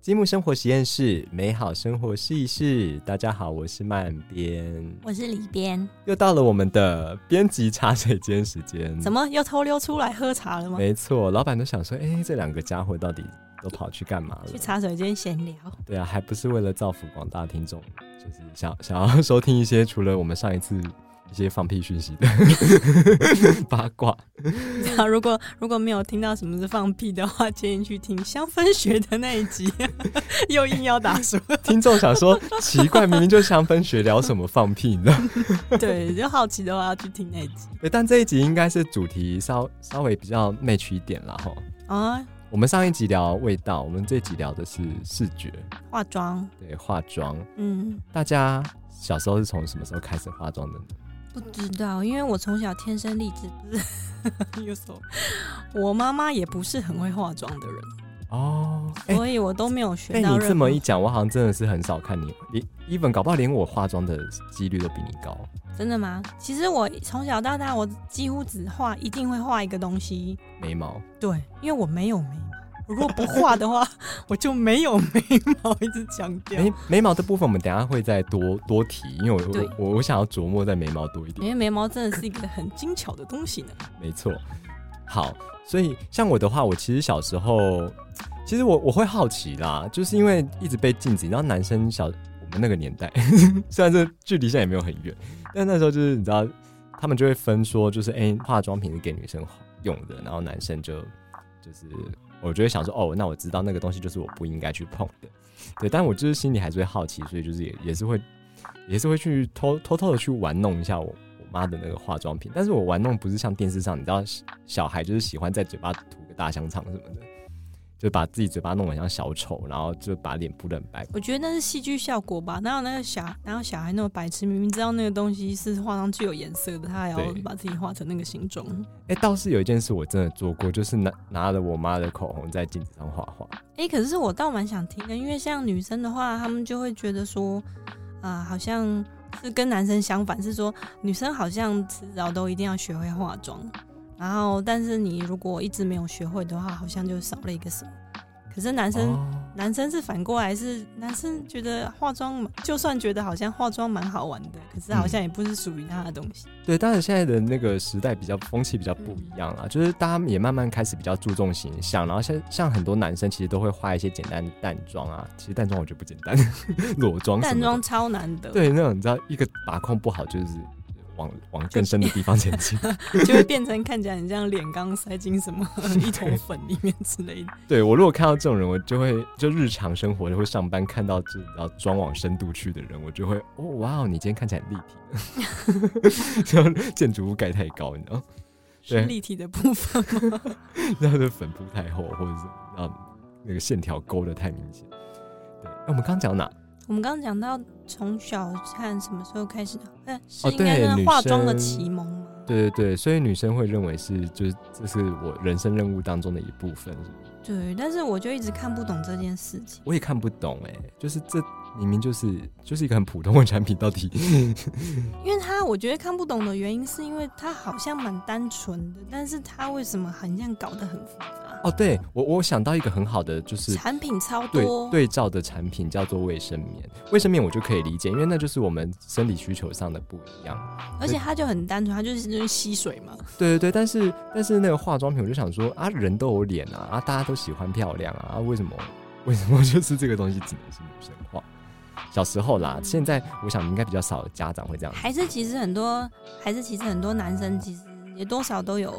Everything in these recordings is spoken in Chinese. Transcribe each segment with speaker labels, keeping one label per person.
Speaker 1: 积木生活实验室，美好生活试一试。大家好，我是慢边，
Speaker 2: 我是里边，
Speaker 1: 又到了我们的编辑茶水间时间。
Speaker 2: 怎么又偷溜出来喝茶了吗？
Speaker 1: 没错，老板都想说，哎、这两个家伙到底都跑去干嘛了
Speaker 2: 去？茶水间闲聊，
Speaker 1: 对啊，还不是为了造福广大听众，就是想想要收听一些除了我们上一次一些放屁讯息的 八卦。
Speaker 2: 然后如果如果没有听到什么是放屁的话，建议去听香氛学的那一 集，又硬要打说，
Speaker 1: 听众想说，奇怪，明明就香氛学聊什么放屁，你知道吗？
Speaker 2: 对，就好奇的话要去听那一集
Speaker 1: 对，但这一集应该是主题稍稍微比较 match 一点啦吼。
Speaker 2: 啊。
Speaker 1: 我们上一集聊味道，我们这集聊的是视觉，
Speaker 2: 化妆，
Speaker 1: 对化妆。
Speaker 2: 嗯，
Speaker 1: 大家小时候是从什么时候开始化妆的呢？
Speaker 2: 不知道，因为我从小天生丽 质不是，又说，我妈妈也不是很会化妆的人，
Speaker 1: 哦，哎、
Speaker 2: 所以我都没有学
Speaker 1: 被
Speaker 2: 到
Speaker 1: 你
Speaker 2: 任
Speaker 1: 这么
Speaker 2: 何
Speaker 1: 一讲，我好像真的是很少看你，你 even 搞不好连我化妆的几率都比你高。
Speaker 2: 真的吗？其实我从小到大，我几乎只画，一定会画一个东西。
Speaker 1: 眉毛，
Speaker 2: 对，因为我没有眉毛，我如果不画的话， 我就没有眉毛，一直强调。
Speaker 1: 眉眉毛的部分我们等一下会再多多提，因为我
Speaker 2: 对
Speaker 1: 我我想要琢磨在眉毛多一点
Speaker 2: 因。为眉毛真的是一个很精巧的东西呢。
Speaker 1: 没错。好，所以像我的话，我其实小时候，其实我我会好奇啦，就是因为一直被禁止，你知道男生小我们那个年代， 虽然这距离现在也没有很远，但那时候就是你知道，他们就会分说，就是哎、化妆品是给女生用的，然后男生就就是。我就会想说，哦，那我知道那个东西就是我不应该去碰的，对。但我就是心里还是会好奇，所以就是也也是会，也是会去偷偷偷的去玩弄一下我我妈的那个化妆品，但是我玩弄不是像电视上，你知道小小孩就是喜欢在嘴巴涂个大香肠什么的，就把自己嘴巴弄得像小丑，然后就把脸扑得很白。
Speaker 2: 我觉得那是戏剧效果吧。哪有那个小，哪有小孩那么白痴？明明知道那个东西是画上具有颜色的，他还要
Speaker 1: 对
Speaker 2: 把自己画成那个形状。
Speaker 1: 哎、倒是有一件事我真的做过，就是拿拿了我妈的口红在镜子上画画。
Speaker 2: 哎、可是我倒蛮想听的，因为像女生的话，她们就会觉得说，啊、好像是跟男生相反，是说女生好像迟早都一定要学会化妆，然后但是你如果一直没有学会的话，好像就少了一个什么。可是男生、
Speaker 1: 哦
Speaker 2: 男生是反过来是，男生觉得化妆，就算觉得好像化妆蛮好玩的，可是
Speaker 1: 嗯
Speaker 2: 好像也不是属于他的东西。
Speaker 1: 对，当然现在的那个时代比较风气比较不一样啦，就是大家也慢慢开始比较注重形象，然后像像很多男生其实都会画一些简单的淡妆啊，其实淡妆我觉得不简单， 裸妆什么
Speaker 2: 淡
Speaker 1: 的
Speaker 2: 妆超难得，
Speaker 1: 对，那种你知道，一个把控不好，就是往往更深的地方前进。
Speaker 2: 就会变成看起来很像脸刚塞进什么 一头粉里面之类的。
Speaker 1: 对我如果看到这种人，我就会就日常生活或上班看到这要装往深度去的人，我就会哦哇哦，你今天看起来很立体， 然后建筑物盖太高，你知道，
Speaker 2: 是
Speaker 1: 对
Speaker 2: 立体的部分吗？
Speaker 1: 然后就粉扑太厚，或者是啊那个线条勾的太明显。对，哎我们刚刚讲到哪？
Speaker 2: 我们刚刚讲到从小看什么时候开始，呃，是
Speaker 1: 哦
Speaker 2: 应该
Speaker 1: 对
Speaker 2: 是
Speaker 1: 女
Speaker 2: 化妆
Speaker 1: 生
Speaker 2: 的启蒙吗？
Speaker 1: 对对对，所以女生会认为是就是这是我人生任务当中的一部分，
Speaker 2: 对，但是我就一直看不懂这件事情。
Speaker 1: 我也看不懂哎、就是这明明就是就是一个很普通的产品，到底
Speaker 2: 因为他我觉得看不懂的原因，是因为他好像蛮单纯的，但是他为什么好像搞得很复杂？
Speaker 1: 哦，对我我想到一个很好的就是
Speaker 2: 产品超
Speaker 1: 对
Speaker 2: 多，
Speaker 1: 对照的产品叫做卫生棉，卫生棉我就可以理解，因为那就是我们生理需求上的不一样。
Speaker 2: 而且他就很单纯，他就是就是吸水嘛。
Speaker 1: 对对对，但是但是那个化妆品我就想说啊，人都有脸啊，啊大家都喜欢漂亮啊，啊为什么 为什么就是这个东西只能是女生化？小时候啦，现在我想应该比较少的家长会这样
Speaker 2: 还是其实很多，还是其实很多男生其实也多少都有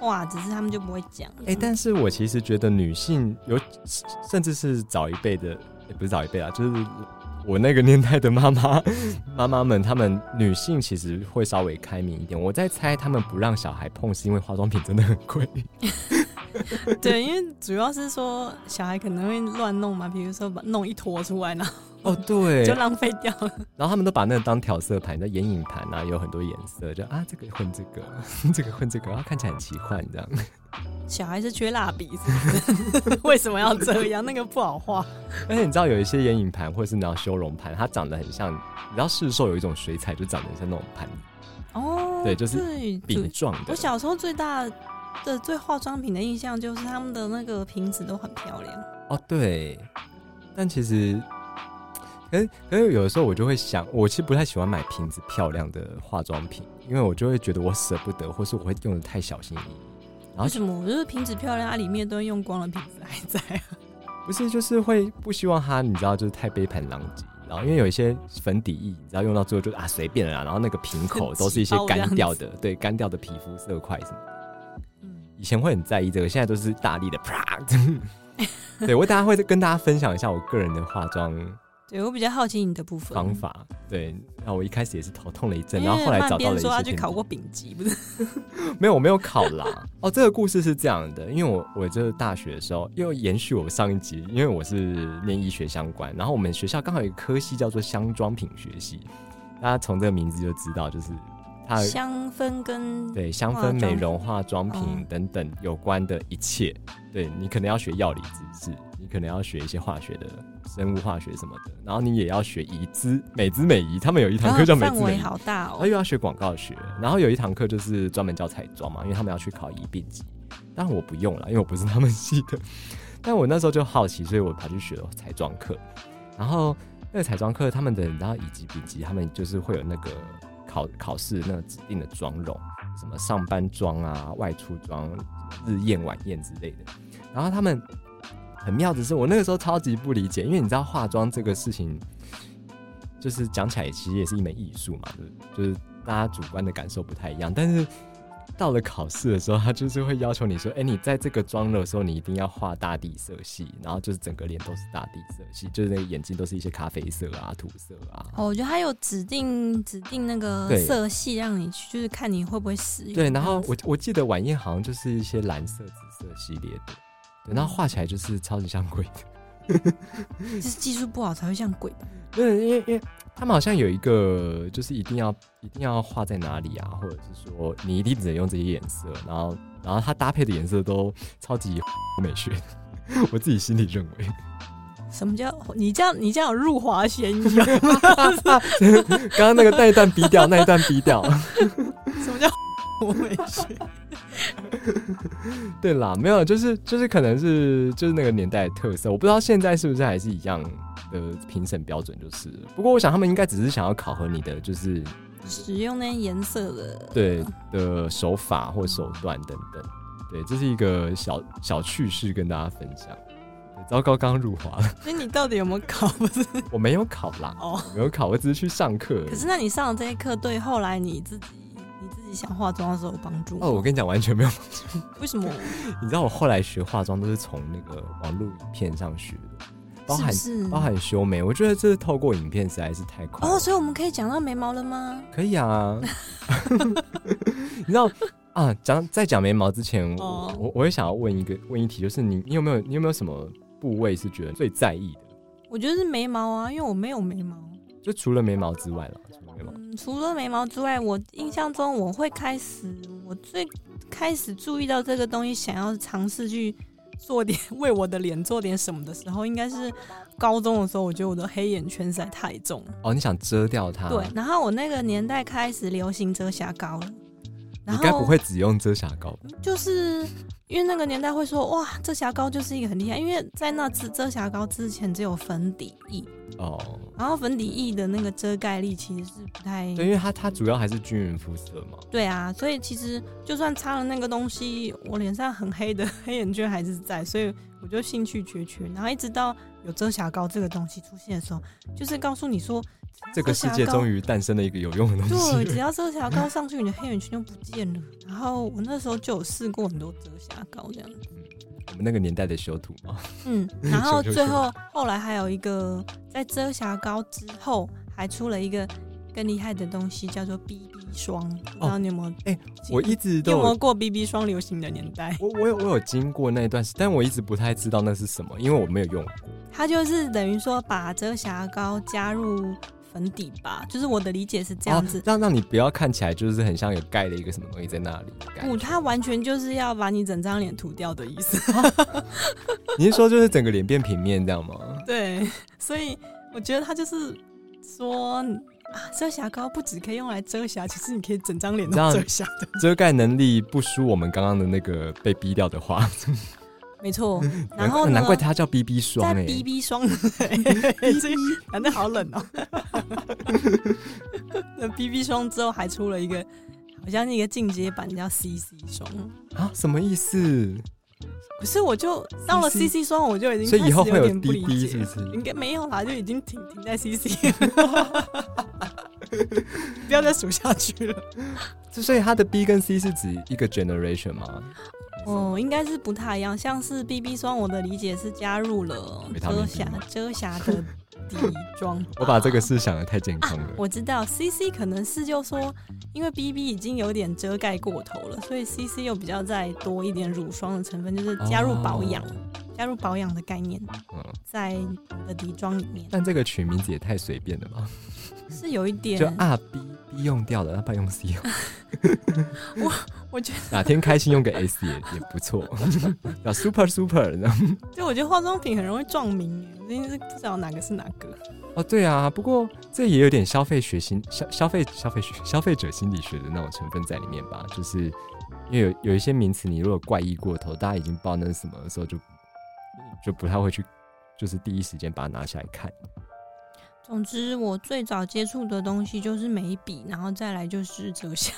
Speaker 2: 哇，只是他们就不会讲。
Speaker 1: 哎、但是我其实觉得女性有，甚至是早一辈的，也不是早一辈啊，就是我那个年代的妈妈妈妈们，她们女性其实会稍微开明一点。我在猜，她们不让小孩碰，是因为化妆品真的很贵。
Speaker 2: 对，因为主要是说小孩可能会乱弄嘛，比如说把弄一坨出来，然后
Speaker 1: 哦，对
Speaker 2: 就浪费掉了。
Speaker 1: 然后他们都把那个当调色盘，那眼影盘啊，有很多颜色，就啊这个混这个， 这个混这个，然后看起来很奇幻这样。
Speaker 2: 小孩是缺蜡笔，是不是 为什么要这样？那个不好 画。
Speaker 1: 而且你知道有一些眼影盘或者是那种修容盘，它长得很像，你知道市售有一种水彩，就长得像那种盘
Speaker 2: 哦，
Speaker 1: 对就是哦
Speaker 2: 主
Speaker 1: 饼状的
Speaker 2: 我。小时候最大的对化妆品的印象就是他们的那个瓶子都很漂亮，
Speaker 1: 哦，对，但其实，可是可是有的时候我就会想，我其实不太喜欢买瓶子漂亮的化妆品，因为我就会觉得我舍不得，或是我会用的太小心翼翼。然
Speaker 2: 为
Speaker 1: 后
Speaker 2: 什么？我就是瓶子漂亮，它、里面都用光了，瓶子还在 啊。
Speaker 1: 不是，就是会不希望它，你知道，就是太杯盘狼藉。然后因为有一些粉底液，你知道用到最后就是啊随便了啦，然后那个瓶口都是一些
Speaker 2: 很挤爆
Speaker 1: 干
Speaker 2: 这样
Speaker 1: 掉
Speaker 2: 子
Speaker 1: 的，对干掉的皮肤色块什么的。
Speaker 2: 嗯，
Speaker 1: 以前会很在意这个，现在都是大力的啪。 对我，大家会跟大家分享一下我个人的化妆
Speaker 2: 对我比较好奇你的部分。
Speaker 1: 方法。对，那我一开始也是头痛了一阵，
Speaker 2: 因为
Speaker 1: 然后后来找到了
Speaker 2: 曼边
Speaker 1: 一
Speaker 2: 说
Speaker 1: 些
Speaker 2: 他去
Speaker 1: 天
Speaker 2: 考
Speaker 1: 地
Speaker 2: 过丙级，不是？
Speaker 1: 没有，我没有考啦。哦，这个故事是这样的，因为我我就是大学的时候，又延续我上一集，因为我是念医学相关，然后我们学校刚好有一个科系叫做香妆品学系，大家从这个名字就知道，就是它
Speaker 2: 香氛跟
Speaker 1: 啊对香
Speaker 2: 化
Speaker 1: 氛、
Speaker 2: 妆
Speaker 1: 美容、化妆
Speaker 2: 哦
Speaker 1: 品等等有关的一切，对你可能要学药理知识，你可能要学一些化学的生物化学什么的，然后你也要学仪姿、美姿美仪，他们有一堂
Speaker 2: 然
Speaker 1: 课
Speaker 2: 后
Speaker 1: 叫美
Speaker 2: 范
Speaker 1: 姿美
Speaker 2: 围
Speaker 1: 仪。
Speaker 2: 好大
Speaker 1: 然后
Speaker 2: 哦。
Speaker 1: 又要学广告学，然后有一堂课就是专门教彩妆嘛，因为他们要去考一 B 级，当然我不用了，因为我不是他们系的。 但我那时候就好奇，所以我跑去学了彩妆课。然后那个彩妆课，他们的然后乙级、丙级，他们就是会有那个考考试那个指定的妆容，什么上班妆啊、外出妆、什么日宴、晚宴之类的。然后他们很妙的是，我那个时候超级不理解，因为你知道化妆这个事情，就是讲起来其实也是一门艺术嘛，就是就是大家主观的感受不太一样，但是。到了考试的时候，他就是会要求你说：“哎、你在这个妆的时候，你一定要画大地色系，然后就是整个脸都是大地色系，就是那个眼睛都是一些咖啡色啊、土色啊。”
Speaker 2: 哦，我觉得他有指定指定那个
Speaker 1: 对
Speaker 2: 色系让你去，就是看你会不会使用。
Speaker 1: 对，然后我我记得晚宴好像就是一些蓝色、紫色系列的，对，然后画起来就是超级像鬼的。
Speaker 2: 就是技术不好才会像鬼吧？
Speaker 1: 对，因为因为他们好像有一个，就是一定要一定要画在哪里啊，或者是说你一定只能用这些颜色，然后然后它搭配的颜色都超级 美学，我自己心里认为。
Speaker 2: 什么叫你这样？你这样有入华嫌疑哦？
Speaker 1: 刚刚那个那一段逼掉，那一段逼掉。
Speaker 2: 什么叫我没学？
Speaker 1: 对啦，没有，就是就是可能是就是那个年代的特色，我不知道现在是不是还是一样的评审标准，就是了。不过我想他们应该只是想要考核你的就是
Speaker 2: 使用那些颜色的，
Speaker 1: 对的手法或手段等等。对，这是一个小小趣事跟大家分享。对糟糕，刚刚入华了，
Speaker 2: 那你到底有没有考？不是
Speaker 1: 我没有考啦，
Speaker 2: 哦。
Speaker 1: 我没有考，我只是去上课而已。
Speaker 2: 可是那你上了这些课，对后来你自己你自己想化妆的时候有帮助吗
Speaker 1: 哦，我跟你讲，完全没有。
Speaker 2: 为什么？
Speaker 1: 你知道我后来学化妆都是从那个网络影片上学的，包含
Speaker 2: 是不是
Speaker 1: 包含修眉，我觉得这是透过影片实在是太快了。
Speaker 2: 哦，所以我们可以讲到眉毛了吗？
Speaker 1: 可以啊， 你知道啊？讲在讲眉毛之前，我、
Speaker 2: 哦
Speaker 1: 我我也想要问一个问一题，就是你你有没有你有没有什么部位是觉得最在意的？
Speaker 2: 我觉得是眉毛啊，因为我没有眉毛。
Speaker 1: 就除了眉毛之外了，除了眉毛，
Speaker 2: 嗯，除了眉毛之外，我印象中我会开始，我最开始注意到这个东西，想要尝试去做点 为我的脸做点什么的时候，应该是高中的时候。我觉得我的黑眼圈实在太重了，
Speaker 1: 哦，你想遮掉它？
Speaker 2: 对。然后我那个年代开始流行遮瑕膏了，然
Speaker 1: 你
Speaker 2: 后
Speaker 1: 该不会只用遮瑕膏吧？
Speaker 2: 就是因为那个年代会说哇，遮瑕膏就是一个很厉害，因为在那次遮瑕膏之前只有粉底液，
Speaker 1: 哦，
Speaker 2: 然后粉底液的那个遮盖力其实是不太
Speaker 1: 对，因为它它主要还是均匀肤色嘛。
Speaker 2: 对啊，所以其实就算擦了那个东西，我脸上很黑的 黑眼圈还是在，所以我就兴趣缺缺。然后一直到有遮瑕膏这个东西出现的时候，就是告诉你说，
Speaker 1: 这个世界终
Speaker 2: 于
Speaker 1: 于诞生了一个有用的东
Speaker 2: 对，只
Speaker 1: 西。
Speaker 2: 要遮瑕膏上去，你的黑眼圈就不见了。然后我那时候就有试过很多遮瑕膏这样子，
Speaker 1: 我们那个年代的修图嘛，
Speaker 2: 嗯，然后
Speaker 1: 咻咻咻
Speaker 2: 最后后来还有一个在遮瑕膏之后还出了一个更厉害的东西，叫做 BB 霜，不知道你有没有？
Speaker 1: 哎我一直都
Speaker 2: 有没有
Speaker 1: 有
Speaker 2: 过 BB 霜流行的年 代？
Speaker 1: 我我有我有经过那一段时，但我一直不太知道那是什么，因为我没有用过。
Speaker 2: 它就是等于说把遮瑕膏加入粉底吧，就是我的理解是这样子
Speaker 1: 哦。让让你不要看起来就是很像有盖了一个什么东西在那里。盖
Speaker 2: 不、它嗯完全就是要把你整张脸涂掉的意思。
Speaker 1: 你是说就是整个脸变平面这样吗？
Speaker 2: 对，所以我觉得它就是说啊，遮瑕膏不只可以用来遮瑕，其实你可以整张脸都
Speaker 1: 这样
Speaker 2: 遮瑕的。
Speaker 1: 遮盖能力不输我们刚刚的那个被逼掉的话，
Speaker 2: 没错。然
Speaker 1: 难
Speaker 2: 后
Speaker 1: 怪
Speaker 2: 呢
Speaker 1: 难怪它叫 BB 霜
Speaker 2: 在
Speaker 1: 哎、
Speaker 2: B B 霜， 这男的好冷哦。 那 B B 霜之后还出了一个，好像一个进阶版叫 C C 霜。
Speaker 1: 啊，什么意思？
Speaker 2: 可是我就到了 C
Speaker 1: CC
Speaker 2: C 霜，我就已经
Speaker 1: 所以以后
Speaker 2: 开
Speaker 1: 会
Speaker 2: 始有
Speaker 1: 有
Speaker 2: 点不理
Speaker 1: DB
Speaker 2: 解
Speaker 1: 是不是？
Speaker 2: 应该没有啦，就已经停停在 C C，不要再数下去了。
Speaker 1: 就所以它的 B 跟 C 是指一个 generation 吗？
Speaker 2: 哦，应该是不太一样，像是 B B 霜，我的理解是加入了
Speaker 1: 维他命
Speaker 2: 遮
Speaker 1: B
Speaker 2: 瑕
Speaker 1: 吗。
Speaker 2: 遮瑕的底妆
Speaker 1: 我把这个
Speaker 2: 是。
Speaker 1: 事想的太健康了。
Speaker 2: 我知道 C C 可能是就说，因为 B B 已经有点遮盖过头了，所以 C C 又比较再多一点乳霜的成分，就是加入保养、
Speaker 1: 哦
Speaker 2: 加入保养的概念
Speaker 1: 嗯，
Speaker 2: 在你的底妆里面，
Speaker 1: 但这个取名字也太随便了吧？
Speaker 2: 是有一点
Speaker 1: 就。啊 B B 用掉了，那不然用 C 用。
Speaker 2: 我觉
Speaker 1: 哪天开心用个 S 也也不错， 叫 Super Super 这样。
Speaker 2: 得，就我觉得化妆品很容易撞名欸耶，我真是不知道哪个是哪个。
Speaker 1: 哦，对啊，不过这也有点消费学心消消费消费学消费者心理学的那种成分在里面吧，就是因为有有一些名词你如果怪异过头，大家已经不知道那是什么的时候就，就不太会去，就是第一时间把它拿下来看。
Speaker 2: 总之，我最早接触的东西就是眉笔，然后再来就是遮瑕，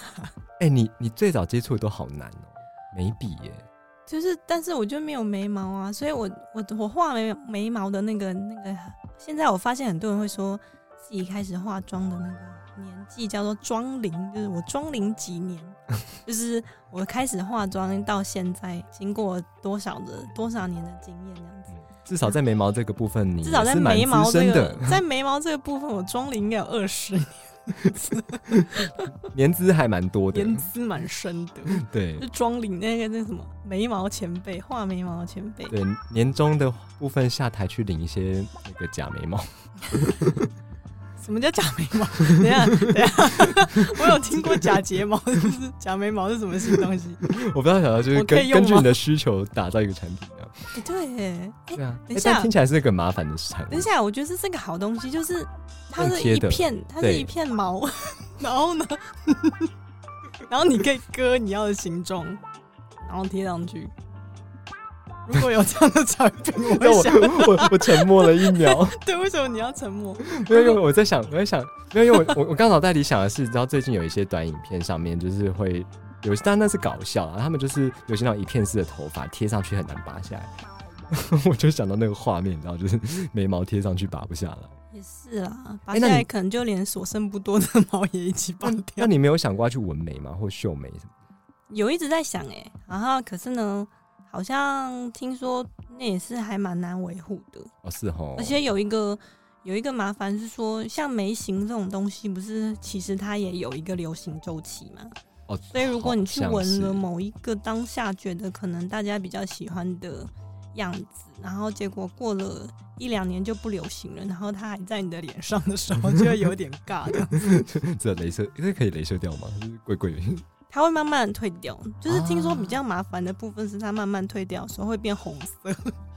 Speaker 1: 哎、你你最早接触的都好难哦，眉笔耶，
Speaker 2: 就是但是我就没有眉毛啊，所以我我我画眉眉毛的那个那个，现在我发现很多人会说自己开始化妆的那个年纪叫做妆龄，就是我妆龄几 年，就是我开始化妆到现在，经过多少的多少年的经验这样子。
Speaker 1: 至少在眉毛这个部分你
Speaker 2: 至少在
Speaker 1: 是蛮
Speaker 2: 眉毛
Speaker 1: 资深
Speaker 2: 这个
Speaker 1: 的，
Speaker 2: 在眉毛这个部分，我妆龄应该有二十年，
Speaker 1: 年资还蛮多的，
Speaker 2: 年资蛮深的。
Speaker 1: 对
Speaker 2: 就妆龄那个那什么眉毛前辈，画眉毛的前辈，
Speaker 1: 对，年终的部分下台去领一些那个假眉毛。
Speaker 2: 什么叫假眉毛？ 等一下等一下， 我有听过假睫毛， 就是假眉毛是什么新东西？
Speaker 1: 我不知道想到就是
Speaker 2: 我可
Speaker 1: 根
Speaker 2: 以用
Speaker 1: 根
Speaker 2: 吗
Speaker 1: 据你的需求打造一个产品啊，
Speaker 2: 哎对耶，哎
Speaker 1: 对啊，
Speaker 2: 等一
Speaker 1: 诶
Speaker 2: 下
Speaker 1: 但听起来是一个很麻烦的产
Speaker 2: 等
Speaker 1: 品
Speaker 2: 一。下，我觉得这是个好东西，就是它
Speaker 1: 用
Speaker 2: 是
Speaker 1: 贴
Speaker 2: 一
Speaker 1: 的
Speaker 2: 片，它是
Speaker 1: 对
Speaker 2: 一片毛， 然后呢，然后你可以割你要的形状，然后贴上去。如果有这样的产品，我
Speaker 1: 那
Speaker 2: 会
Speaker 1: 我
Speaker 2: 想，
Speaker 1: 我我沉默了一秒，
Speaker 2: 对，为什么你要沉默？
Speaker 1: 因为我在想，我在想，因为因为我我我刚脑袋里想的是，你知道最近有一些短影片上面就是会有，但那是搞笑啊，他们就是有些那种一片式的头发贴上去很难拔下来， 我就想到那个画面，然后就是眉毛贴上去拔不下来。
Speaker 2: 也是啦，拔
Speaker 1: 哎
Speaker 2: 下
Speaker 1: 那
Speaker 2: 来
Speaker 1: 你
Speaker 2: 可能就连所剩不多的毛也一 起拔掉
Speaker 1: 那。你没有想过要去纹眉吗，或绣眉什么？
Speaker 2: 有一直在想哎、然后可是呢，好像听说那也是还蛮难维护的，
Speaker 1: 哦，是哦，
Speaker 2: 而且有一个有一个麻烦是说，像眉形这种东西，不是其实它也有一个流行周期嘛，
Speaker 1: 哦，
Speaker 2: 所以如果你去
Speaker 1: 好像
Speaker 2: 纹
Speaker 1: 是
Speaker 2: 了某一个当下觉得可能大家比较喜欢的样子，然后结果过了一两年就不流行了，然后它还在你的脸上的时候，就会有点尬的。
Speaker 1: 这镭射，这可以镭射掉吗？就是贵贵的。
Speaker 2: 它会慢慢地退掉，就是听说
Speaker 1: 啊
Speaker 2: 比较麻烦的部分是它慢慢退掉的时候会变红 色，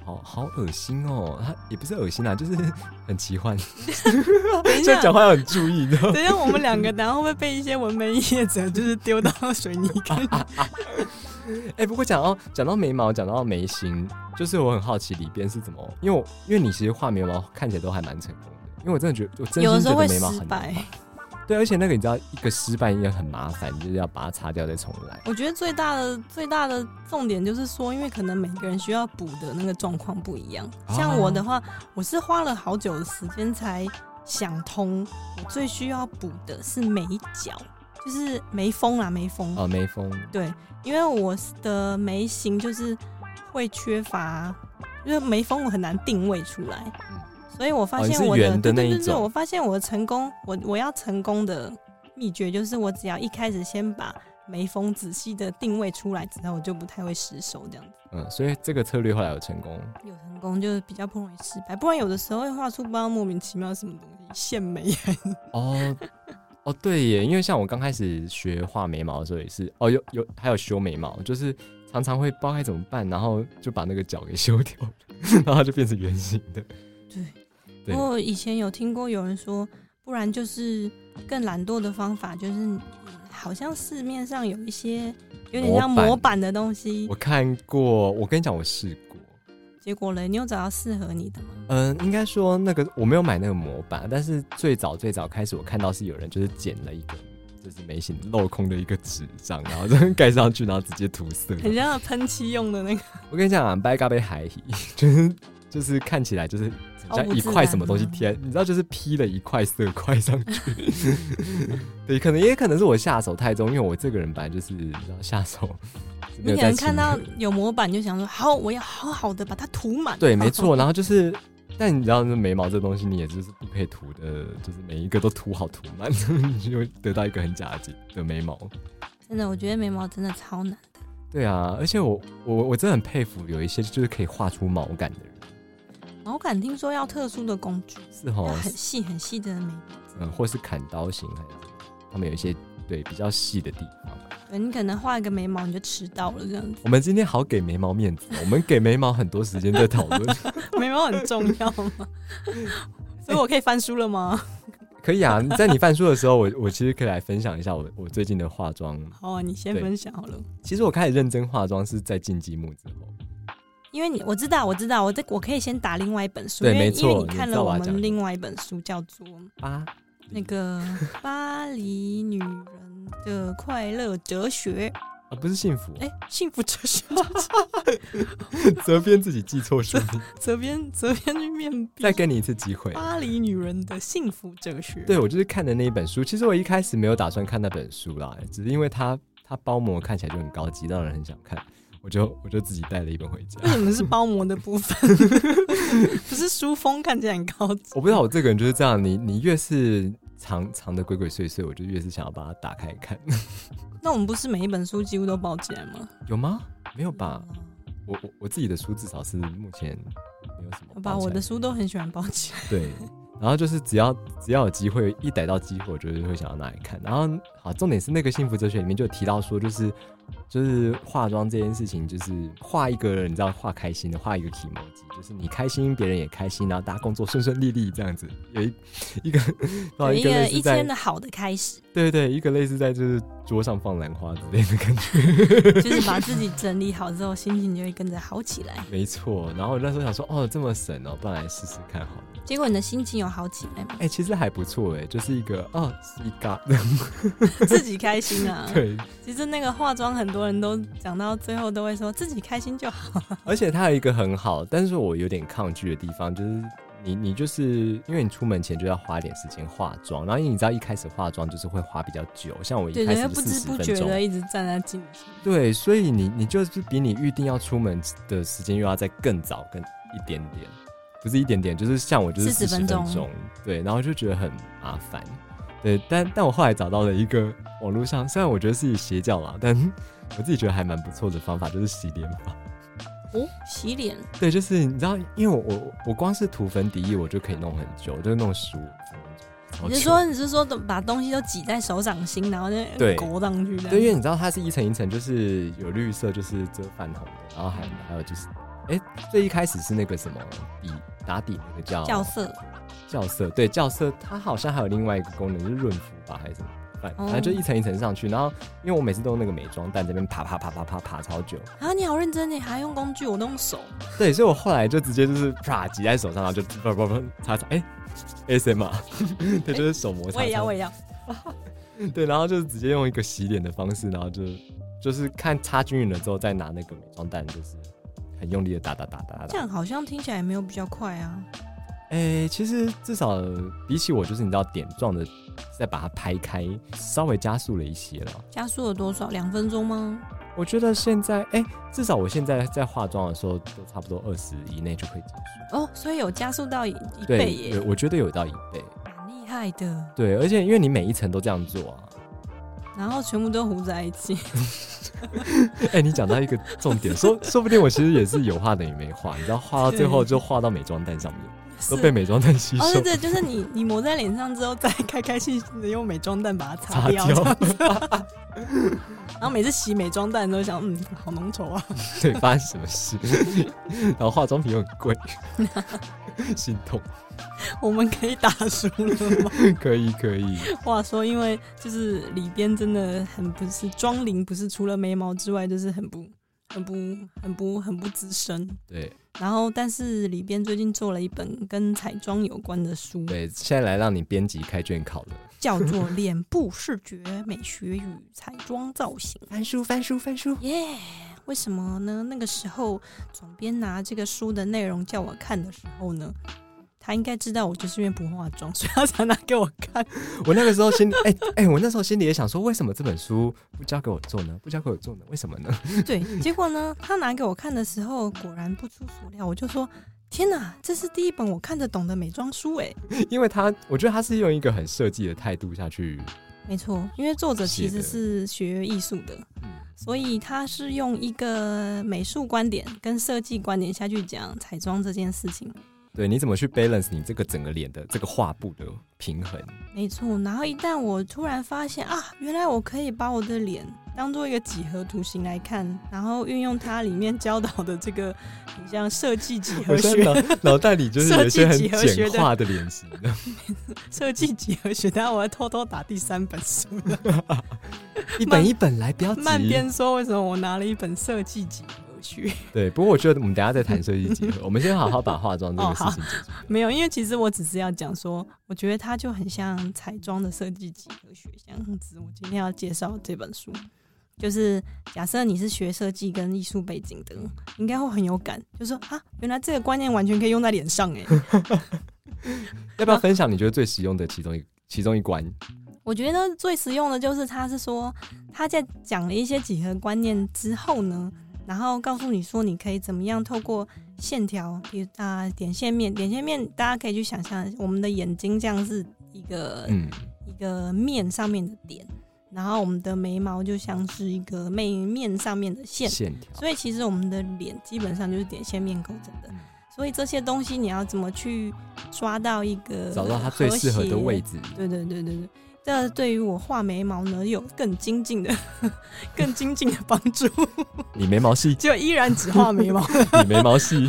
Speaker 1: 好好恶心哦！他也不是恶心啦，就是很奇幻。
Speaker 2: 等一
Speaker 1: 这样
Speaker 2: 下，
Speaker 1: 讲话要很注意，你知 道吗？
Speaker 2: 等一下，我们两个然后会被一些文眉业者就是丢到 水泥
Speaker 1: 啊
Speaker 2: 坑。
Speaker 1: 哎、不过讲到讲到眉毛，讲到眉形，就是我很好奇里边是怎么，因为我因为你其实画眉毛看起来都还蛮成功的，因为我真的觉得我真
Speaker 2: 有的
Speaker 1: 心
Speaker 2: 时候
Speaker 1: 觉
Speaker 2: 会
Speaker 1: 得眉毛
Speaker 2: 失
Speaker 1: 很难
Speaker 2: 败，
Speaker 1: 对，而且那个你知道一个失败也很麻烦，就是要把它擦掉再重来。
Speaker 2: 我觉得最大的最大的重点就是说，因为可能每个人需要补的那个状况不一样。
Speaker 1: 哦
Speaker 2: 像我的话，我是花了好久的时间才想通，我最需要补的是眉角，就是眉峰啦，眉峰。
Speaker 1: 哦，眉峰
Speaker 2: 对，因为我的眉形就是会缺乏，因为眉峰我很难定位出来，
Speaker 1: 嗯
Speaker 2: 所以我发
Speaker 1: 哦你
Speaker 2: 现
Speaker 1: 是
Speaker 2: 我的、
Speaker 1: 圆的
Speaker 2: 对
Speaker 1: 那
Speaker 2: 对
Speaker 1: 一
Speaker 2: 对对，
Speaker 1: 种
Speaker 2: 我发现我的成功，我我要成功的秘诀就是我只要一开始先把眉峰仔细的定位出来之后，我就不太会失手这样子。
Speaker 1: 嗯，所以这个策略后来有成功。
Speaker 2: 有成功就是比较不容易失败，不然有的时候会画出不知道莫名其妙什么东西，线眉
Speaker 1: 哦哦，对耶，因为像我刚开始学画眉毛的时候也是，哦，有有还有修眉毛，就是常常会不知道该怎么办，然后就把那个角给修掉， 然后它就变成圆形的。
Speaker 2: 对，哦
Speaker 1: 对
Speaker 2: 不过以前有听过有人说，不然就是更懒惰的方法，就是嗯好像市面上有一些有点像
Speaker 1: 模板
Speaker 2: 模板的东西
Speaker 1: 我，看过，我跟你讲，我试过，
Speaker 2: 结果嘞，你有找到适合你的吗？
Speaker 1: 嗯，应该说那个我没有买那个模板，但是最早最早开始我看到是有人就是剪了一个就是眉形镂空的一个纸张，然后这样 盖上去，然后直接涂色。
Speaker 2: 很像喷漆用的那个，
Speaker 1: 我跟你讲、啊，白咖啡海喜 就是就是看起来就是
Speaker 2: 毫
Speaker 1: 像
Speaker 2: 不
Speaker 1: 一
Speaker 2: 自
Speaker 1: 块
Speaker 2: 然
Speaker 1: 什么东西
Speaker 2: 啊
Speaker 1: 贴，你知道就是披了一块色块上去。 对，可能也可能是我下手太重，因为我这个人本来就是你知道下手是没
Speaker 2: 你
Speaker 1: 有
Speaker 2: 可
Speaker 1: 在
Speaker 2: 能
Speaker 1: 轻
Speaker 2: 看到
Speaker 1: 的
Speaker 2: 有模板就想说，好，我要好好的把它涂满。
Speaker 1: 对，没 错。然后就是，但你知道，那眉毛这东西，你也就是不可以涂的，就是每一个都涂好涂满， 你就会得到一个很假的结的眉毛。
Speaker 2: 真的，我觉得眉毛真的超难。
Speaker 1: 对啊，而且我我我真的很佩服有一些就是可以画出毛感的人，
Speaker 2: 毛感听说要特殊的工具，
Speaker 1: 是哦
Speaker 2: 要，很细很细的眉。
Speaker 1: 嗯，或是砍刀型，还是他们有一些对比较细的地方。
Speaker 2: 对你可能画一个眉毛你就迟到了这样 子，
Speaker 1: 我们今天好给眉毛面子哦，我们给眉毛很多时间在讨论。
Speaker 2: 眉毛很重要吗？所以我可以翻书了吗？
Speaker 1: 可以啊，在你犯书的时候，我我其实可以来分享一下我我最近的化妆。
Speaker 2: 好啊，你先
Speaker 1: 对
Speaker 2: 分享好了。
Speaker 1: 其实我开始认真化妆是在进积木之后。
Speaker 2: 因为你我知道，我知道，我这我可以先打另外一本书，
Speaker 1: 对
Speaker 2: 因为
Speaker 1: 没错
Speaker 2: 因为你看
Speaker 1: 你知
Speaker 2: 了
Speaker 1: 道
Speaker 2: 我
Speaker 1: 我要讲什
Speaker 2: 们
Speaker 1: 么嗯
Speaker 2: 另外一本书，叫做《
Speaker 1: 八
Speaker 2: 那个巴黎女人的快乐哲学》。
Speaker 1: 啊，不是幸福，
Speaker 2: 哎，幸福哲学，
Speaker 1: 责编自己记错书名，
Speaker 2: 责编责编去面壁。
Speaker 1: 再给你一次机会。
Speaker 2: 巴黎女人的幸福哲学，
Speaker 1: 对，我就是看的那一本书。其实我一开始没有打算看那本书啦，只是因为它它包膜看起来就很高级，让人很想看，我就我就自己带了一本回家。
Speaker 2: 为什么是包膜的部分？ 不是书封看起来很高级，
Speaker 1: 我不知道我这个人就是这样，你你越是藏藏的鬼鬼祟祟，我就越是想要把它打开看。
Speaker 2: 那我们不是每一本书几乎都包起来吗？
Speaker 1: 有吗？没有吧？
Speaker 2: 嗯
Speaker 1: 我我我自己的书至少是目前没有什么
Speaker 2: 好
Speaker 1: 包起来。
Speaker 2: 吧，我的书都很喜欢包起来。
Speaker 1: 对，然后就是只要只要有机会，一逮到机会，我就会想要拿来看。然后好，重点是那个幸福哲学里面就有提到说，就是就是化妆这件事情，就是画一个你知道画开心的，画一个 e m o 就是你开心，别人也开心，然后大家工作顺顺利利这样子，有一一个然后哦
Speaker 2: 有
Speaker 1: 一
Speaker 2: 一
Speaker 1: 个
Speaker 2: 个
Speaker 1: 类
Speaker 2: 一
Speaker 1: 似
Speaker 2: 天
Speaker 1: 在
Speaker 2: 的好的开始，
Speaker 1: 对对，一个类似在就是桌上放兰花之类的感觉，
Speaker 2: 就是把自己整理好之后，心情就会跟着好起来。
Speaker 1: 没错。然后我那时候想说，哦，这么神哦，不然来试试看好了。
Speaker 2: 结果你的心情有好起来吗？
Speaker 1: 哎、其实还不错哎，就是一个哦，是一个
Speaker 2: 自己开心啊！
Speaker 1: 对，
Speaker 2: 其实那个化妆，很多人都讲到最后都会说自己开心就好。
Speaker 1: 而且它有一个很好，但是我有点抗拒的地方就是你，你就是因为你出门前就要花一点时间化妆，然后因为你知道一开始化妆就是会花比较久，像我一
Speaker 2: 对，
Speaker 1: 开
Speaker 2: 人
Speaker 1: 始
Speaker 2: 家
Speaker 1: 就
Speaker 2: 不
Speaker 1: 四
Speaker 2: 知
Speaker 1: 十
Speaker 2: 不
Speaker 1: 分
Speaker 2: 觉
Speaker 1: 钟，
Speaker 2: 的一直站在镜子前。
Speaker 1: 对，所以你你就是比你预定要出门的时间又要再更早更一点点，不是一点点，就是像我就是
Speaker 2: 40
Speaker 1: 40
Speaker 2: 分钟
Speaker 1: 钟，对，然后就觉得很麻烦，对，但但我后来找到了一个网络上，虽然我觉得是邪教啦，但我自己觉得还蛮不错的方法，就是洗脸法。
Speaker 2: 哦，洗脸，
Speaker 1: 对，就是你知道，因为我我我光是涂粉底液，我就可以弄很久，就是弄十五分钟。好
Speaker 2: 你是
Speaker 1: 久
Speaker 2: 说你是说都把东西都挤在手掌心，然后就
Speaker 1: 对
Speaker 2: 裹上去的？
Speaker 1: 对，因为你知道它是一层一层，就是有绿色，就是遮泛红的，然后还还有就是，哎，最一开始是那个什么底打底那个叫
Speaker 2: 校色
Speaker 1: 校色，对校色，它好像还有另外一个功能，就是润肤吧还是什么，反
Speaker 2: 哦
Speaker 1: 反正就一层一层上去。然后因为我每次都用那个美妆蛋这边啪啪啪啪啪啪超 久，
Speaker 2: 啊，你好认真，你还用工具，我都用手。
Speaker 1: 对，所以我后来就直接就是啪挤在手上，然后就啪啪啪擦擦，哎、s m r 对，就是手摩擦。
Speaker 2: 我也要，
Speaker 1: 擦
Speaker 2: 我也要。
Speaker 1: 对，然后就是直接用一个洗脸的方式，然后就就是看擦均匀了之后，再拿那个美妆蛋，就是很用力的打打打打打
Speaker 2: 这
Speaker 1: 打。
Speaker 2: 样好像听起来没有比较快啊。
Speaker 1: 哎、其实至少比起我，就是你知道点状的，再把它拍开，稍微加速了一些了。
Speaker 2: 加速了多少？两分钟吗？
Speaker 1: 我觉得现在，哎、至少我现在在化妆的时候，都差不多二十以内就可以结束。
Speaker 2: 哦，所以有加速到一一倍
Speaker 1: 对，
Speaker 2: 耶
Speaker 1: 有，我觉得有到一倍。
Speaker 2: 蛮厉害的。
Speaker 1: 对，而且因为你每一层都这样做啊，
Speaker 2: 然后全部都糊在 一起，
Speaker 1: 哎、你讲到一个重点，说说不定我其实也是有画等于没画，你知道画到最后就画到美妆蛋上面，都被
Speaker 2: 是
Speaker 1: 美妆蛋吸
Speaker 2: 哦，
Speaker 1: 收
Speaker 2: 对、对，就是你你抹在脸上之后，再开开心心的用美妆蛋把它
Speaker 1: 擦
Speaker 2: 擦
Speaker 1: 掉
Speaker 2: 掉。。然后每次洗美妆蛋都想，嗯，好浓稠啊。
Speaker 1: 对，发生什么事？ 然后化妆品又很贵，心痛。
Speaker 2: 我们可以打输了 吗？
Speaker 1: 可以可以，
Speaker 2: 话说，因为就是里边真的很不是妆龄，不是除了眉毛之外，就是很不很不很不很不资深。
Speaker 1: 对
Speaker 2: 然后，但是里边最近做了一本跟彩妆有关的书，
Speaker 1: 对，现在来让你编辑开卷考了。
Speaker 2: 叫做《脸部视觉美学与彩妆造型》。
Speaker 1: 翻书，翻书，翻书。
Speaker 2: 耶、为什么呢？那个时候总编拿这个书的内容叫我看的时候呢，他应该知道我就是因为不化妆，所以他才拿给我看。
Speaker 1: 我那个时候心里，哎、哎、我那时候心里也想说，为什么这本书不交给我做呢？不交给我做呢？为什么呢？
Speaker 2: 对，结果呢，他拿给我看的时候，果然不出所料，我就说：“天哪，这是第一本我看得懂的美妆书诶。
Speaker 1: 因为他，我觉得他是用一个很设计的态度下去，
Speaker 2: 没错，因为作者其
Speaker 1: 写的
Speaker 2: 实是学艺术的，
Speaker 1: 嗯，
Speaker 2: 所以他是用一个美术观点跟设计观点下去讲彩妆这件事情。
Speaker 1: 对，你怎么去 balance 你这个整个脸的这个画布的平衡？
Speaker 2: 没错，然后一旦我突然发现啊，原来我可以把我的脸当做一个几何图形来看，然后运用它里面教导的这个，很像设计几
Speaker 1: 我
Speaker 2: 何
Speaker 1: 现在
Speaker 2: 学、
Speaker 1: 脑脑袋里就是有一些
Speaker 2: 设
Speaker 1: 很
Speaker 2: 计几何学
Speaker 1: 简
Speaker 2: 的
Speaker 1: 化的脸型的。
Speaker 2: 设计几何学，但我要偷偷打第三本书了。
Speaker 1: 一
Speaker 2: 慢
Speaker 1: 本一本来，不要急。
Speaker 2: 慢边说，为什么我拿了一本设计几何学？
Speaker 1: 对，不过我觉得我们等一下再谈设计结 合，我们先好好把化妆这个事情解决。
Speaker 2: 没有，因为其实我只是要讲说，我觉得它就很像彩妆的设计几何学这样子。我今天要介绍这本书，就是假设你是学设计跟艺术背景的，应该会很有感，就说啊，原来这个观念完全可以用在脸上哎、
Speaker 1: 要不要分享你觉得最实用的其中一其中一 关？
Speaker 2: 我觉得最实用的就是他是说他在讲了一些几何观念之后呢，然后告诉你说你可以怎么样透过线条，比如啊、点线面，点线面大家可以去想象我们的眼睛这样是一个
Speaker 1: 嗯，
Speaker 2: 一个面上面的点，然后我们的眉毛就像是一个眉面上面的线，
Speaker 1: 线条。
Speaker 2: 所以其实我们的脸基本上就是点线面构成的
Speaker 1: 嗯。
Speaker 2: 所以这些东西你要怎么去抓到一个
Speaker 1: 找到它最适合的位
Speaker 2: 置？
Speaker 1: 置。
Speaker 2: 对对对对对，这对于我画眉毛呢有更精进的、 更精进的帮助。
Speaker 1: 你眉毛细，
Speaker 2: 就依然只画眉毛，
Speaker 1: 你眉毛细，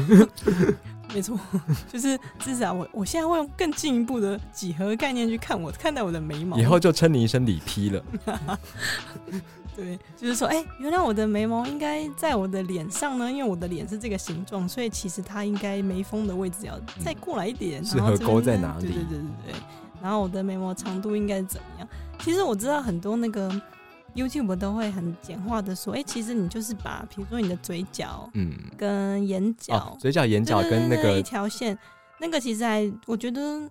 Speaker 2: 没错， 就是至少我我现在会用更进一步的几何概念去看我看待我的眉毛。
Speaker 1: 以后就称你一声李批了。
Speaker 2: 对，就是说，哎、原来我的眉毛应该在我的脸上呢，因为我的脸是这个形状，所以其实它应该眉峰的位置要再过来一点，
Speaker 1: 嗯适
Speaker 2: 然后
Speaker 1: 合
Speaker 2: 这边
Speaker 1: 勾在
Speaker 2: 呢
Speaker 1: 哪里
Speaker 2: 对对对对对。然后我的眉毛长度应该怎么样？其实我知道很多那个 YouTube 都会很简化的说，哎、其实你就是把，比如说你的嘴角
Speaker 1: 嗯，
Speaker 2: 跟眼角，
Speaker 1: 哦，嘴角、眼角
Speaker 2: 对对
Speaker 1: 跟那
Speaker 2: 对对
Speaker 1: 个
Speaker 2: 一条线，那个其实还我觉得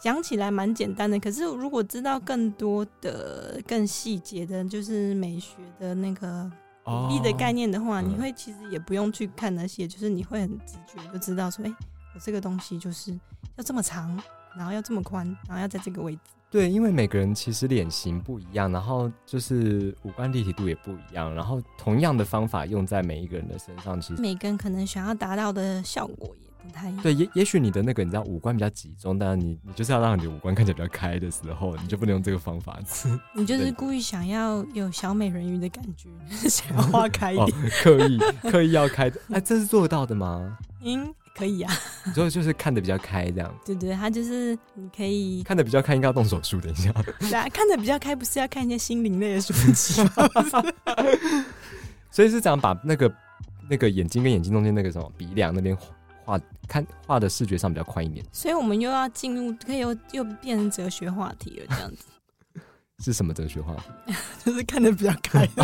Speaker 2: 讲起来蛮简单的，可是如果知道更多的、更细节的，就是美学的那个
Speaker 1: 哦
Speaker 2: 比例的概。念的话，
Speaker 1: 嗯
Speaker 2: 你会其实也不用去看那些，就是你会很直觉就知道说，哎、我这个东西就是要这么长，然后要这么宽，然后要在这个位置。
Speaker 1: 对，因为每个人其实脸型不一样，然后就是五官立体度也不一样，然后同样的方法用在每一个人的身上，其实
Speaker 2: 每个人可能想要达到的效果也不太一样。
Speaker 1: 对，也也许你的那个你知道五官比较集中，但你你就是要让你的五官看起来比较开的时候，你就不能用这个方法
Speaker 2: 你就是
Speaker 1: 对
Speaker 2: 故意想要有小美人鱼的感觉， 想 要画开一
Speaker 1: 哦
Speaker 2: 点，，
Speaker 1: 刻意刻意要开的，哎，这是做得到的吗？
Speaker 2: 嗯， 可以啊。
Speaker 1: 你说就是看的比较开这样，
Speaker 2: 对对，他就是你可 以
Speaker 1: 看的比较开应该要动手术，等一下。
Speaker 2: 对啊，看的比较开，不是要看一些心灵类的书籍吗？
Speaker 1: 所以是这样，把那个那个眼睛跟眼睛中间那个什么鼻梁那边画看画的视觉上比较宽一点，
Speaker 2: 所以我们又要进入，可以又又变成哲学话题了，这样子
Speaker 1: 是什么哲学画？
Speaker 2: 就是看的比较开。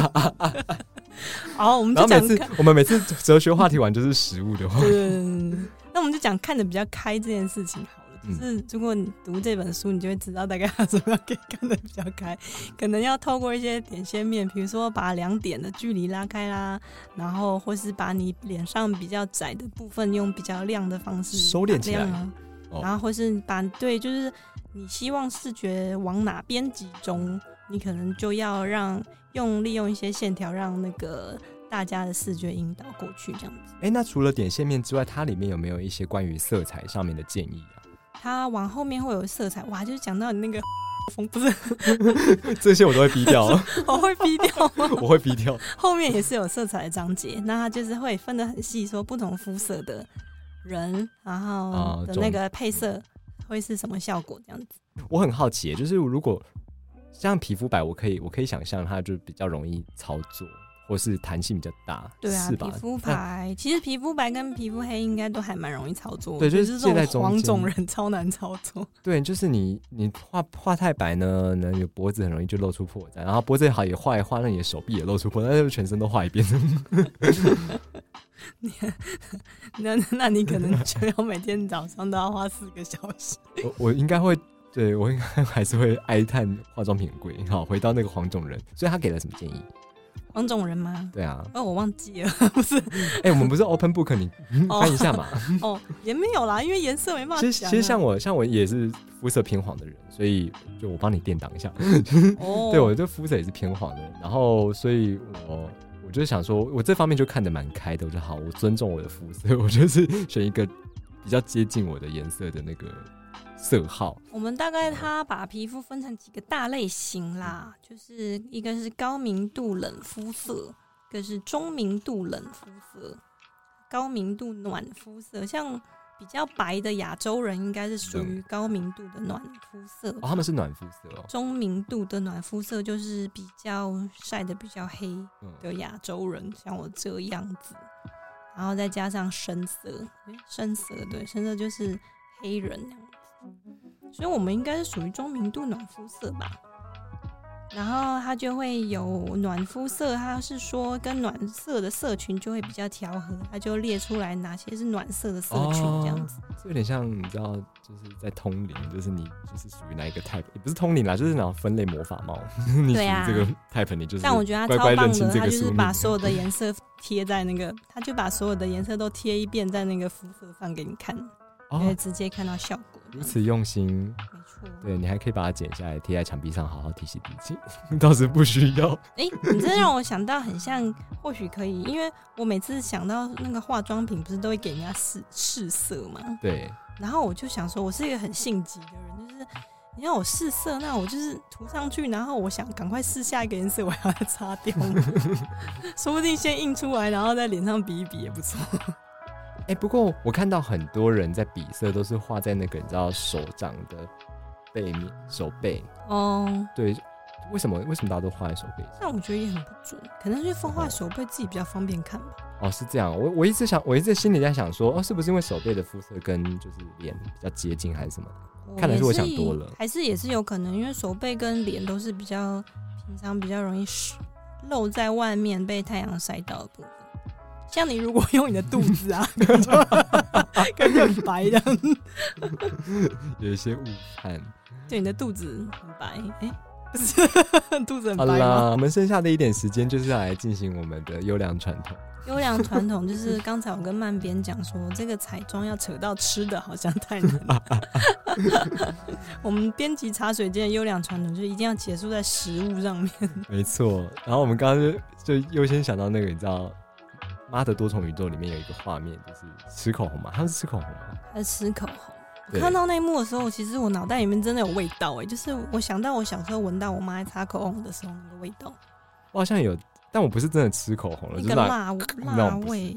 Speaker 2: 好，我们
Speaker 1: 然
Speaker 2: 就
Speaker 1: 后每
Speaker 2: 讲
Speaker 1: 次
Speaker 2: 看，
Speaker 1: 我们每次哲学话题完就是食物的话，
Speaker 2: 嗯， 那我们就讲看的比较开这件事情好了。就
Speaker 1: 嗯
Speaker 2: 是如果你读这本书，你就会知道大概要怎么样可以看的比较开，可能要透过一些点线面，比如说把两点的距离拉开啦，然后或是把你脸上比较窄的部分用比较亮的方式
Speaker 1: 收敛起来
Speaker 2: 打亮啊
Speaker 1: 哦
Speaker 2: 然后或是把对，就是你希望视觉往哪边集中，你可能就要让用利用一些线条让那个大家的视觉引导过去，这样子。
Speaker 1: 哎，那除了点线面之外，它里面有没有一些关于色彩上面的建议啊？
Speaker 2: 它往后面会有色彩，哇，就是讲到你那个 风，不是
Speaker 1: 这些我都会逼掉，哦
Speaker 2: 我会逼掉吗？
Speaker 1: 我会逼掉。
Speaker 2: 后面也是有色彩的章节，那它就是会分得很细，说不同肤色的人，然
Speaker 1: 啊
Speaker 2: 后的
Speaker 1: 种
Speaker 2: 那个配色会是什么效果，这样子。
Speaker 1: 我很好奇耶，就是如果像皮肤白，我可以我可以想象它就比较容易操作，或是弹性比较大，
Speaker 2: 对啊
Speaker 1: 是，吧
Speaker 2: 皮？肤
Speaker 1: 但
Speaker 2: 白，其实皮肤白跟皮肤黑应该都还蛮容易操作。
Speaker 1: 对
Speaker 2: 我觉得
Speaker 1: 就是
Speaker 2: 这
Speaker 1: 介在
Speaker 2: 种
Speaker 1: 中
Speaker 2: 黄
Speaker 1: 间
Speaker 2: 种人超难操作。
Speaker 1: 对，就是你你画画太白呢，那你的脖子很容易就露出破绽，然后脖子好也画一画，那你的手臂也露出破绽，那就全身都画一 遍。
Speaker 2: 那那你可能就要每天早上都要花四个小时。
Speaker 1: 我我应该会，对我应该还是会哀叹化妆品很贵。好，回到那个黄种人，所以他给了什么建议？
Speaker 2: 黄种人吗？
Speaker 1: 对啊，
Speaker 2: 哦，我忘记了，不是
Speaker 1: 哎、我们不是 open book，你、嗯
Speaker 2: 哦
Speaker 1: 翻一下 嘛。
Speaker 2: 哦，也没有啦，因为颜色没办法
Speaker 1: 其
Speaker 2: 讲啊。
Speaker 1: 实其实像 我像我也是肤色偏黄的人，所以就我帮你垫挡一下。
Speaker 2: 哦，
Speaker 1: 对，我这肤色也是偏黄的人，然后所以我我就想说，我这方面就看得蛮开的，我就好，我尊重我的肤色，我就是选一个比较接近我的颜色的那个色号。
Speaker 2: 我们大概它把皮肤分成几个大类型啦，就是一个是高明度冷肤色，一个是中明度冷肤色，高明度暖肤色。像比较白的亚洲人，应该是属于高明度的暖肤色吧。
Speaker 1: 哦，他们是暖肤色哦，
Speaker 2: 中明度的暖肤色就是比较晒得比较黑
Speaker 1: 嗯，
Speaker 2: 的亚洲人，像我这样子，然后再加上深色，诶深色对，深色就是黑人那样子，所以我们应该是属于中明度暖肤色吧。然后它就会有暖肤色，它是说跟暖色的社群就会比较调和，它就列出来哪些是暖色的社群这样子。
Speaker 1: 这有点像你知道，就是在通灵，就是你就是属于哪一个 type，也不是通灵啦，就是那种分类魔法帽， 你属
Speaker 2: 对
Speaker 1: 于
Speaker 2: 啊
Speaker 1: 这个 type，你就是
Speaker 2: 但我觉得他
Speaker 1: 乖
Speaker 2: 超
Speaker 1: 乖
Speaker 2: 棒
Speaker 1: 认
Speaker 2: 的
Speaker 1: 清，这
Speaker 2: 他
Speaker 1: 个
Speaker 2: 就
Speaker 1: 宿
Speaker 2: 是
Speaker 1: 命。
Speaker 2: 把所有的颜色贴在那个，他就把所有的颜色都贴一遍在那个肤色上给你看，你会
Speaker 1: 哦，
Speaker 2: 直接看到效果。
Speaker 1: 如此用心，
Speaker 2: 没错。
Speaker 1: 对你还可以把它剪下来贴在墙壁上，好好提醒自己， 倒是不需要。
Speaker 2: 哎、你这让我想到很像，或许可以，因为我每次想到那个化妆品，不是都会给人家试试色嘛，
Speaker 1: 对，
Speaker 2: 然后我就想说，我是一个很性急的人，就是。你让我试色，那我就是涂上去，然后我想赶快试下一个颜色，我还要再擦 掉嘛，说不定先印出来，然后在脸上比一比也不错。
Speaker 1: 哎、不过我看到很多人在比色都是画在那个你知道手掌的背面、手背。
Speaker 2: 哦、
Speaker 1: 对，为什么为什么大家都画在手背上？
Speaker 2: 但我觉得也很不准，可能是风化手背自己比较方便看吧。
Speaker 1: 哦，是这样。我我一直想，我一直心里在想说，哦，是不是因为手背的肤色跟就是脸比较接近，还是什么？看来是我想多了
Speaker 2: 也是还是也是有可能，因为手背跟脸都是比较平常比较容易湿露在外面被太阳晒到的部分。像你如果 用你的肚子啊， 感觉很白的，
Speaker 1: 有一些误判。
Speaker 2: 对，你的肚子很白，哎、不是 肚子很
Speaker 1: 好
Speaker 2: 白吗？
Speaker 1: 啦，我们剩下的一点时间就是要来进行我们的优良传统。
Speaker 2: 优良传统就是刚才我跟曼边讲说，这个彩妆要扯到吃的，好像太难 了。我们编辑茶水间的优良传统就是一定要结束在食物上面。
Speaker 1: 没错。然后我们刚刚就就优先想到那个，你知道《妈的多重宇宙》里面有一个画面，就是吃口红嘛，他们是吃口红吗？
Speaker 2: 还是吃口红。我
Speaker 1: 对
Speaker 2: 看到那一幕的时候，其实我脑袋里面真的有味道哎、就是我想到我小时候闻到我妈在擦口红的时候那个味道，
Speaker 1: 我好像有，但我不是真的吃口红了，哦
Speaker 2: 那
Speaker 1: 就
Speaker 2: 个
Speaker 1: 是把
Speaker 2: 辣
Speaker 1: 那
Speaker 2: 辣
Speaker 1: 我不是
Speaker 2: 味，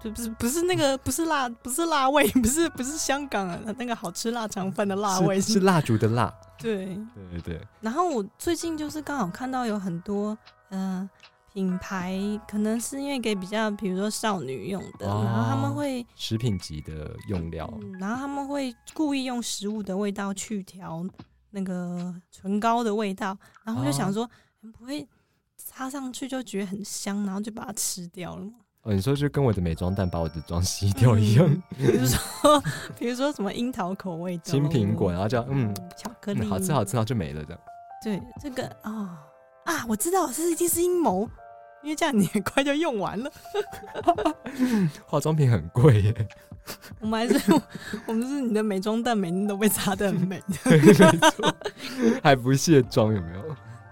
Speaker 2: 就不是不是那个不是辣不是辣味， 不是不是香港的那个好吃腊肠饭的辣味，
Speaker 1: 是是蜡烛的蜡。
Speaker 2: 对。
Speaker 1: 对对对，
Speaker 2: 然后我最近就是刚好看到有很多嗯、呃品牌，可能是因为给比较，比如说少女用的，
Speaker 1: 哦
Speaker 2: 然后他们会、
Speaker 1: 食品级的用料。
Speaker 2: 嗯，然后他们会故意用食物的味道去调那个唇膏的味道，然后我就
Speaker 1: 哦
Speaker 2: 想说，嗯不会擦上去就觉得很香，然后就把它吃掉 了吗？
Speaker 1: 哦，你说就跟我的美妆蛋把我的妆吸掉一样，
Speaker 2: 嗯比如说， 比如说什么樱桃口味的
Speaker 1: 青苹
Speaker 2: 哦
Speaker 1: 果，然后就嗯，
Speaker 2: 巧克力，
Speaker 1: 嗯好吃好吃，然后就没了这样。
Speaker 2: 对，这个哦啊，我知道，这一定是阴谋，因为这样你很快就用完了。
Speaker 1: 化妆品很贵耶，
Speaker 2: 我们还是 我们是你的美妆蛋，每天都被擦的很美，
Speaker 1: 没错，还不卸妆有没有？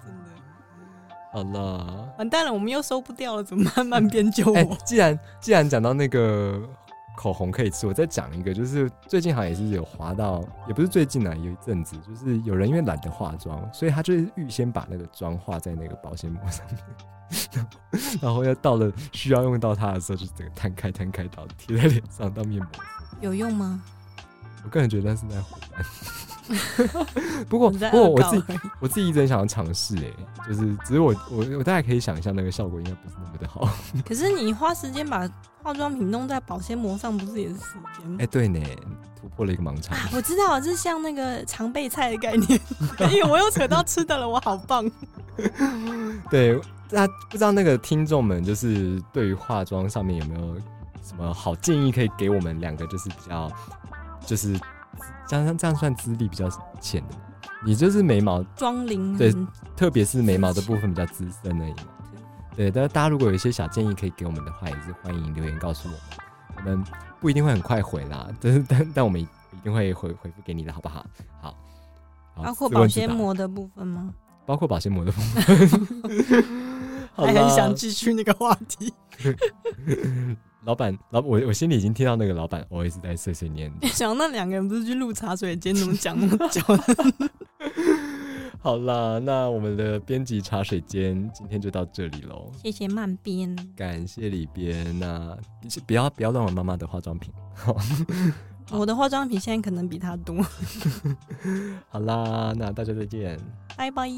Speaker 2: 真的
Speaker 1: 好啦，
Speaker 2: 完蛋了，我们又收不掉了，怎么慢慢编救 我？
Speaker 1: 哎、既然既然讲到那个口红可以吃，我再讲一个，就是最近好像也是有滑到，也不是最近啊，有一阵子，就是有人因为懒得化妆，所以他就是预先把那个妆画在那个保鲜膜上面。 然后要到了需要用到它的时候，就整个摊开摊开到贴在脸上当面膜。
Speaker 2: 有用吗？
Speaker 1: 我个人觉得那是在胡乱。 不过
Speaker 2: 你在
Speaker 1: 不过
Speaker 2: 恶
Speaker 1: 我
Speaker 2: 搞
Speaker 1: 自己
Speaker 2: 而已。
Speaker 1: 我自己一直很想要尝试哎，就是只是我我我大概可以想象那个效果应该不是那么的好。
Speaker 2: 可是你花时间把化妆品弄在保鲜膜上，不是也是时间吗
Speaker 1: 哎、？对呢，突破了一个盲肠。
Speaker 2: 我知道，这是像那个常备菜的概念。 哎呦，我又扯到吃的了，我好棒！
Speaker 1: 对，那不知道那个听众们就是对于化妆上面有没有什么好建议可以给我们两个，就是比较就是这样这样算资历比较浅的吗，你就是眉毛，
Speaker 2: 装龄
Speaker 1: 对
Speaker 2: 很
Speaker 1: 特别是眉毛的部分比较资深而已嘛。对，但是大家如果有一些小建议可以给我们的话，也是欢迎留言告诉我们，我们不一定会很快回啦，但是但但我们一定会回回复给你的，好不好？好，好
Speaker 2: 包括
Speaker 1: 自问自
Speaker 2: 保鲜
Speaker 1: 答
Speaker 2: 膜的部分吗？
Speaker 1: 包括保鲜膜的部分。 好
Speaker 2: 还很
Speaker 1: 啦
Speaker 2: 想继续那个话题。
Speaker 1: 老板，老我我心里已经听到那个老板，我一直在碎碎念。
Speaker 2: 想那两个人不是去录茶水间，怎么讲那么久呢？
Speaker 1: 好啦，那我们的编辑茶水间今天就到这里喽，
Speaker 2: 谢谢慢编，
Speaker 1: 感谢里边那、不要不要乱我妈妈的化妆品。
Speaker 2: 我的化妆品现在可能比他多。
Speaker 1: 好啦，那大家再见。
Speaker 2: 拜拜。